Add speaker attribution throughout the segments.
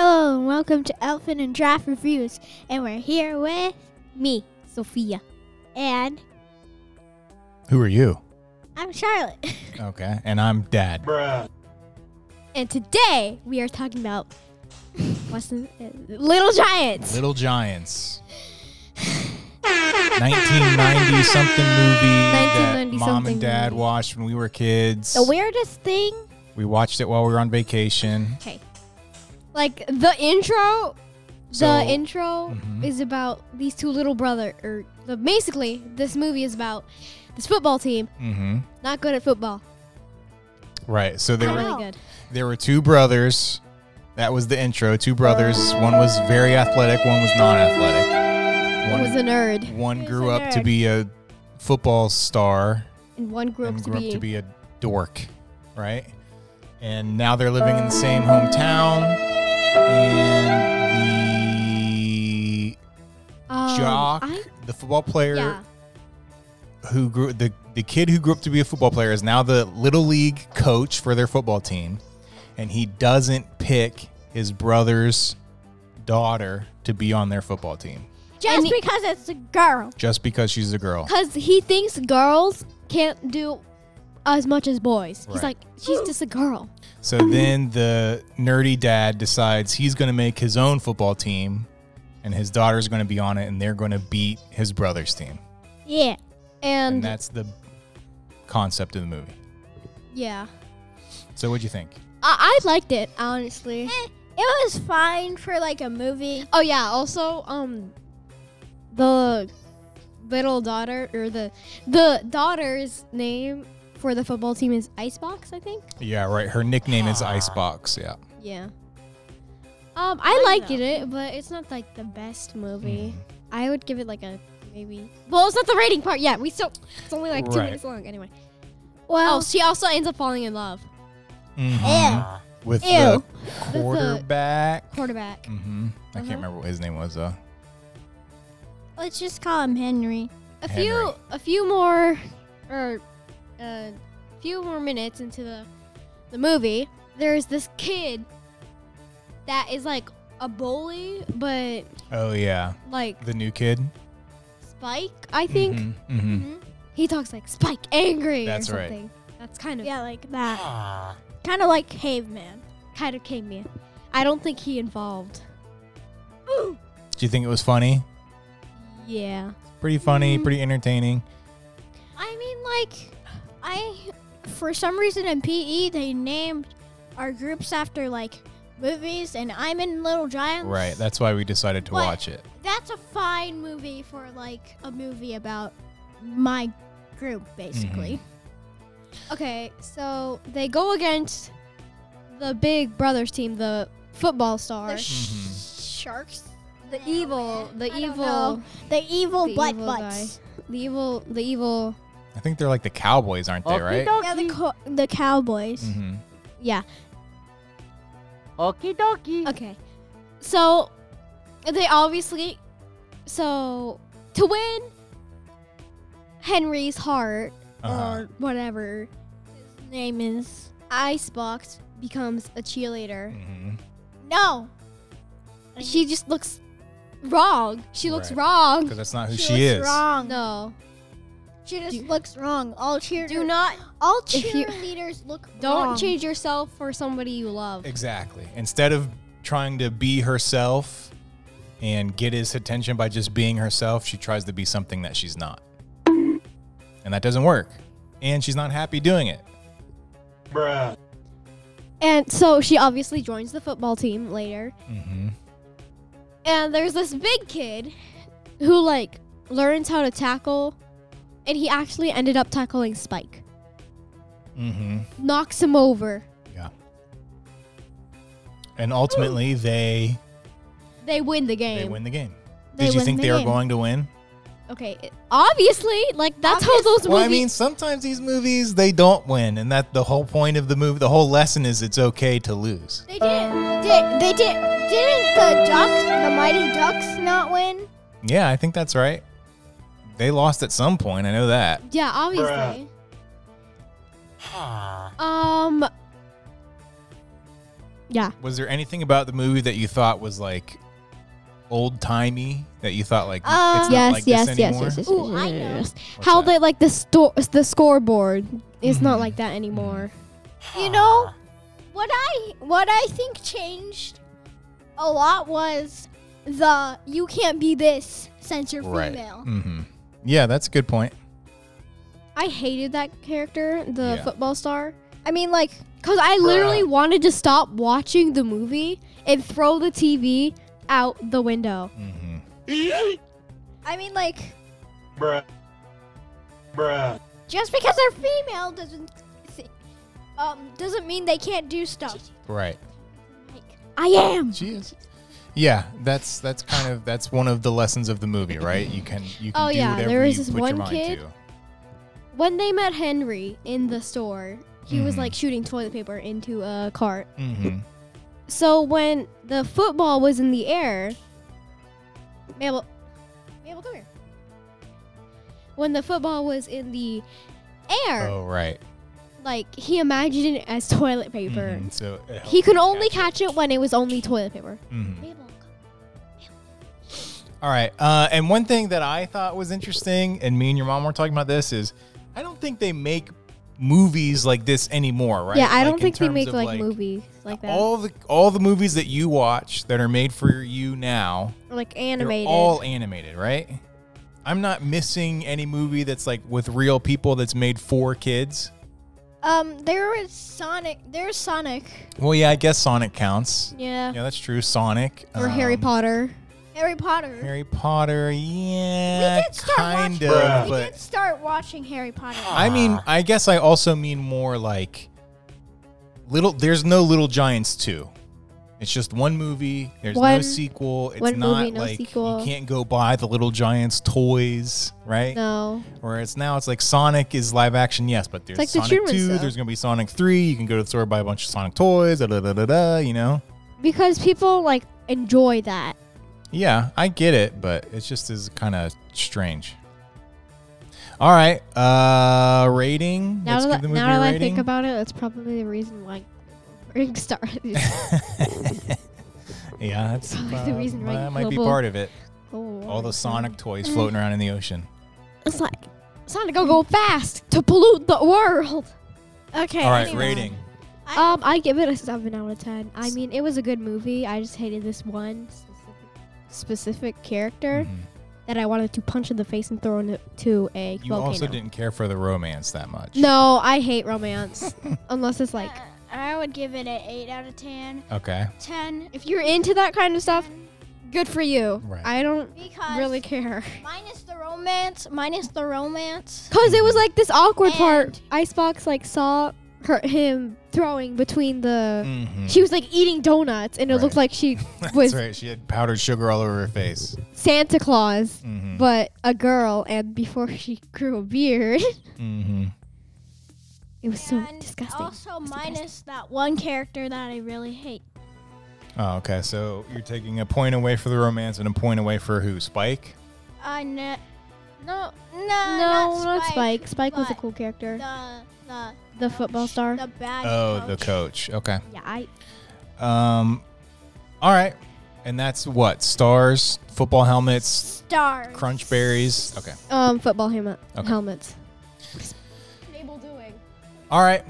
Speaker 1: welcome to Elephant and Giraffe Reviews. And we're here with me, Sophia. And
Speaker 2: Who are you?
Speaker 1: I'm Charlotte.
Speaker 2: Okay. And I'm Dad.
Speaker 1: And today we are talking about what's the, uh, Little Giants.
Speaker 2: Little Giants. 1990 something movie that
Speaker 1: 1990
Speaker 2: mom
Speaker 1: something
Speaker 2: and dad
Speaker 1: movie.
Speaker 2: watched when we were kids.
Speaker 1: The weirdest thing,
Speaker 2: we watched it while we were on vacation.
Speaker 1: okay, like the intro,
Speaker 2: So-
Speaker 1: the intro
Speaker 2: Mhm.
Speaker 1: is about these two little brother, or the, basically this movie is about this football team
Speaker 2: hmm
Speaker 1: not good at football,
Speaker 2: Right. So there
Speaker 1: not
Speaker 2: were
Speaker 1: really good.
Speaker 2: there were two brothers. That was the intro. Two brothers. One was very athletic. One was non-athletic.
Speaker 1: One was a nerd,
Speaker 2: one
Speaker 1: He's
Speaker 2: grew
Speaker 1: a
Speaker 2: up to
Speaker 1: nerd.
Speaker 2: be a football star
Speaker 1: and one grew up
Speaker 2: and
Speaker 1: to
Speaker 2: grew up
Speaker 1: be.
Speaker 2: to be a dork, right? And now they're living in the same hometown, and the
Speaker 1: um,
Speaker 2: jock,
Speaker 1: I-
Speaker 2: the football player
Speaker 1: yeah,
Speaker 2: who grew the the kid who grew up to be a football player is now the little league coach for their football team, and he doesn't pick his brother's daughter to be on their football team
Speaker 1: just because it's a girl.
Speaker 2: just because she's a girl.
Speaker 1: Because he thinks girls can't do as much as boys. He's
Speaker 2: Right.
Speaker 1: like, she's just a girl.
Speaker 2: So then the nerdy dad decides he's going to make his own football team and his daughter's going to be on it and they're going to beat his brother's team.
Speaker 1: Yeah. And,
Speaker 3: Mm-hmm.
Speaker 2: And that's the concept of the movie.
Speaker 1: yeah.
Speaker 2: So what'd you think?
Speaker 1: I, I liked it, honestly.
Speaker 3: Eh, It was fine for like a movie.
Speaker 1: Oh, yeah. Also, um, the little daughter, or the, the daughter's name for the football team is Icebox, I think.
Speaker 2: Yeah, right. Her nickname is Icebox. Yeah.
Speaker 1: Yeah. Um, I liked
Speaker 3: know.
Speaker 1: it, but it's not like the best movie. I would give it like a maybe. Well, it's not the rating part yet. We still it's only like two
Speaker 2: Right.
Speaker 1: minutes long anyway.
Speaker 3: Well,
Speaker 1: Oh, she also ends up falling in love.
Speaker 2: Mhm. With
Speaker 1: Ew.
Speaker 2: the quarterback.
Speaker 1: Quarterback.
Speaker 2: hmm I can't remember what his name was though.
Speaker 3: let's just call him Henry.
Speaker 1: A few
Speaker 2: Henry.
Speaker 1: a few more or a uh, few more minutes into the the movie, there's this kid that is like a bully, but
Speaker 2: Oh yeah,
Speaker 1: like
Speaker 2: the new kid.
Speaker 1: Spike, I think.
Speaker 2: hmm
Speaker 1: He talks like Spike angry
Speaker 2: That's
Speaker 1: or
Speaker 2: right.
Speaker 1: something. That's kind of
Speaker 3: Yeah, like that. Kind of like caveman.
Speaker 1: kind of caveman. I don't think he involved.
Speaker 2: Do you think it was funny?
Speaker 1: Yeah.
Speaker 2: Pretty funny.
Speaker 1: Mhm.
Speaker 2: Pretty entertaining.
Speaker 3: I mean, like, I, for some reason in PE, they named our groups after like movies, and I'm in Little Giants.
Speaker 2: Right. That's why we decided to
Speaker 3: What?
Speaker 2: watch it.
Speaker 3: That's a fine movie for like a movie about my group,
Speaker 2: Mm-hmm.
Speaker 3: basically.
Speaker 1: Okay, so they go against the big brothers team, the football
Speaker 3: The
Speaker 1: star,
Speaker 3: sh-
Speaker 2: Mhm.
Speaker 3: sharks.
Speaker 1: the evil, the
Speaker 3: I don't
Speaker 1: evil,
Speaker 3: know. The evil
Speaker 1: The
Speaker 3: butt
Speaker 1: evil
Speaker 3: butts.
Speaker 1: the evil, the evil.
Speaker 2: I think they're like the Cowboys, aren't they? Right.
Speaker 3: Yeah, the co- the cowboys.
Speaker 2: hmm
Speaker 1: Yeah.
Speaker 4: Okie dokie.
Speaker 1: Okay. So they obviously so to win Henry's heart
Speaker 2: Uh-huh.
Speaker 1: or whatever his name is, Icebox becomes a cheerleader.
Speaker 2: hmm
Speaker 3: No,
Speaker 1: She just looks wrong. She looks
Speaker 2: Mm. Right.
Speaker 1: wrong.
Speaker 2: Because that's not who she,
Speaker 3: she, looks
Speaker 2: is.
Speaker 3: Wrong.
Speaker 1: No.
Speaker 3: She just
Speaker 1: Do-
Speaker 3: looks wrong. All cheer.
Speaker 1: Do not
Speaker 3: All
Speaker 1: if you-
Speaker 3: cheerleaders look
Speaker 1: don't
Speaker 3: wrong.
Speaker 1: change yourself for somebody you love.
Speaker 2: Exactly. Instead of trying to be herself and get his attention by just being herself, she tries to be something that she's not. And that doesn't work. And she's not happy doing it.
Speaker 1: And so she obviously joins the football team later.
Speaker 2: Mm-hmm.
Speaker 1: And there's this big kid who like learns how to tackle and he actually ended up tackling Spike.
Speaker 2: Mm-hmm.
Speaker 1: Knocks him over.
Speaker 2: Yeah. And ultimately, they
Speaker 1: They win the game.
Speaker 2: they win the game.
Speaker 3: They
Speaker 2: Did you
Speaker 3: win
Speaker 2: think
Speaker 3: the
Speaker 2: they were
Speaker 3: game.
Speaker 2: going to win?
Speaker 1: Okay. it- Obviously, like that's how those
Speaker 2: Well, I
Speaker 1: movies
Speaker 2: mean, sometimes these movies they don't win, and that the whole point of the movie, the whole lesson is it's okay to lose.
Speaker 3: They
Speaker 1: Uh,
Speaker 3: didn't. Did they did? Didn't the ducks, the mighty ducks, not win?
Speaker 2: Yeah, I think that's right. They lost at some point. I know that.
Speaker 1: Yeah, obviously. Ah. Um Yeah.
Speaker 2: Was there anything about the movie that you thought was like old timey? That you thought like
Speaker 3: Uh,
Speaker 2: it's not
Speaker 1: Yes,
Speaker 2: like
Speaker 1: yes,
Speaker 2: this
Speaker 1: yes,
Speaker 2: anymore?
Speaker 1: yes, yes,
Speaker 3: Ooh,
Speaker 1: yes,
Speaker 3: I
Speaker 1: yes,
Speaker 3: know.
Speaker 1: yes.
Speaker 2: What's
Speaker 1: How
Speaker 2: that?
Speaker 1: they like the store, the scoreboard. It's
Speaker 2: Mhm.
Speaker 1: not like that anymore.
Speaker 3: You know what I what I think changed a lot was the you can't be this since you're
Speaker 2: right.
Speaker 3: female.
Speaker 2: Mm-hmm. Yeah, that's a good point.
Speaker 1: I hated that character, the
Speaker 2: Yeah.
Speaker 1: football star,
Speaker 3: I mean, like
Speaker 1: because I literally
Speaker 2: Bruh.
Speaker 1: wanted to stop watching the movie and throw the TV out the window.
Speaker 2: Mm-hmm.
Speaker 3: I mean, like
Speaker 4: bruh, bruh,
Speaker 3: just because they're female doesn't th- um doesn't mean they can't do stuff.
Speaker 2: Right.
Speaker 1: Mm-hmm. I am.
Speaker 2: She is. Yeah, that's that's kind of that's one of the lessons of the movie, right? You can you can
Speaker 1: Oh,
Speaker 2: do
Speaker 1: yeah,
Speaker 2: whatever
Speaker 1: there was
Speaker 2: you
Speaker 1: this
Speaker 2: put your
Speaker 1: one
Speaker 2: mind
Speaker 1: kid-
Speaker 2: to.
Speaker 1: When they met Henry in the store, he was
Speaker 2: Mhm.
Speaker 1: like shooting toilet paper into a cart.
Speaker 2: Mm-hmm.
Speaker 1: So when the football was in the air, Mabel, Mabel, come here. When the football was in the air,
Speaker 2: Oh right.
Speaker 1: like he imagined it as toilet paper.
Speaker 2: Mhm, So it
Speaker 1: He
Speaker 2: helped
Speaker 1: could
Speaker 2: you
Speaker 1: only catch it when it was only toilet paper.
Speaker 2: Mhm. All right. Uh, and one thing that I thought was interesting, and me and your mom were talking about this, is I don't think they make movies like this anymore, right?
Speaker 1: Yeah, I
Speaker 2: Like,
Speaker 1: don't
Speaker 2: in
Speaker 1: think they
Speaker 2: terms
Speaker 1: make
Speaker 2: of,
Speaker 1: like, movies like that,
Speaker 2: All the all the movies that you watch that are made for you now,
Speaker 1: or like
Speaker 2: they're
Speaker 1: animated.
Speaker 2: all animated, right? I'm not missing any movie that's like with real people that's made for kids.
Speaker 3: Um, there is Sonic. There's Sonic
Speaker 2: Well, yeah, I guess Sonic counts.
Speaker 1: yeah.
Speaker 2: Yeah, that's true. Sonic
Speaker 1: or Harry
Speaker 2: um,
Speaker 1: Potter.
Speaker 3: Harry Potter.
Speaker 2: Harry Potter,
Speaker 3: we
Speaker 2: yeah,
Speaker 3: did start
Speaker 2: kind
Speaker 3: watching.
Speaker 4: Bruh.
Speaker 2: of,
Speaker 3: We
Speaker 2: but
Speaker 3: did start watching Harry Potter.
Speaker 2: I mean, I guess I also mean more like little. There's no Little Giants two. It's just one movie. There's no
Speaker 1: One-
Speaker 2: sequel. It's
Speaker 1: one
Speaker 2: not
Speaker 1: movie, no
Speaker 2: like
Speaker 1: sequel.
Speaker 2: you can't go buy the Little Giants toys, right?
Speaker 1: No,
Speaker 2: Whereas now it's like Sonic is live action, yes, but there's
Speaker 1: like the
Speaker 2: Sonic
Speaker 1: Truman
Speaker 2: two.
Speaker 1: Show.
Speaker 2: There's gonna be Sonic three. You can go to the store buy a bunch of Sonic toys. Da da da da. da you know.
Speaker 1: because people like enjoy that.
Speaker 2: Yeah, I get it, but it just is kind of strange. All right, uh, rating.
Speaker 1: Now
Speaker 2: Let's
Speaker 1: that,
Speaker 2: give the movie a
Speaker 1: now that I
Speaker 2: rating.
Speaker 1: think about it, that's probably the reason why Ring started.
Speaker 2: yeah, that's
Speaker 1: Probably the
Speaker 2: uh,
Speaker 1: reason why
Speaker 2: that might be
Speaker 1: global-
Speaker 2: part of it. All
Speaker 1: All
Speaker 2: those Sonic toys floating around in the ocean.
Speaker 1: It's like Sonic go go fast to pollute the world.
Speaker 3: Okay.
Speaker 2: All right,
Speaker 3: anyway.
Speaker 2: rating.
Speaker 3: I-
Speaker 1: Um, I give it a seven out of ten. I mean, it was a good movie. I just hated this one specific, specific character
Speaker 2: Mhm.
Speaker 1: that I wanted to punch in the face and throw into a
Speaker 2: You
Speaker 1: volcano.
Speaker 2: also didn't care for the romance that much.
Speaker 1: No, I hate romance unless it's like
Speaker 3: Uh, I would give it an eight out of ten.
Speaker 2: Okay.
Speaker 3: Ten
Speaker 1: if you're into that kind of stuff, good for you.
Speaker 2: Right.
Speaker 1: I don't
Speaker 3: because
Speaker 1: really care.
Speaker 3: minus the romance, minus the romance.
Speaker 1: Cause it was like this awkward part.
Speaker 3: And-
Speaker 1: Icebox like saw her him throwing between the.
Speaker 2: Mhm.
Speaker 1: Uh, She was like eating donuts, and it
Speaker 2: Right.
Speaker 1: looked like she
Speaker 2: That's
Speaker 1: was
Speaker 2: right. She had powdered sugar all over her face.
Speaker 1: Santa Claus,
Speaker 2: Mm-hmm.
Speaker 1: but a girl. And before she grew a beard,
Speaker 2: mm-hmm.
Speaker 1: it was so
Speaker 3: and
Speaker 1: disgusting.
Speaker 3: Also
Speaker 1: It's disgusting.
Speaker 3: minus that one character that I really hate.
Speaker 2: Oh, okay. So you're taking a point away for the romance and a point away for who? Spike?
Speaker 3: I ne-
Speaker 1: No,
Speaker 3: no,
Speaker 1: no,
Speaker 3: not Spike.
Speaker 1: not Spike. Spike was a
Speaker 3: but
Speaker 1: cool character.
Speaker 3: The the
Speaker 1: The, football star.
Speaker 3: The bad.
Speaker 2: Oh, the
Speaker 3: coach.
Speaker 2: coach. Okay.
Speaker 1: yeah, I.
Speaker 2: Um all right. And that's what? Stars, football helmets,
Speaker 3: Stars.
Speaker 2: crunch berries. Okay.
Speaker 1: Um, football helmet,
Speaker 2: Okay.
Speaker 1: helmets.
Speaker 2: All right.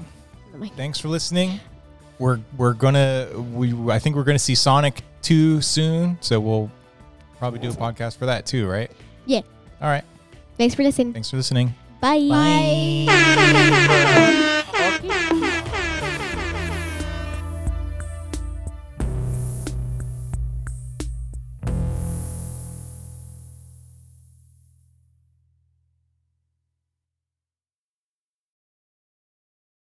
Speaker 1: Oh my-
Speaker 2: Thanks for listening. We're we're gonna we I think we're gonna see Sonic two soon, so we'll probably do a podcast for that too, right?
Speaker 1: Yeah.
Speaker 2: All right.
Speaker 1: Thanks for listening.
Speaker 2: Thanks for listening.
Speaker 1: Bye.
Speaker 2: Bye.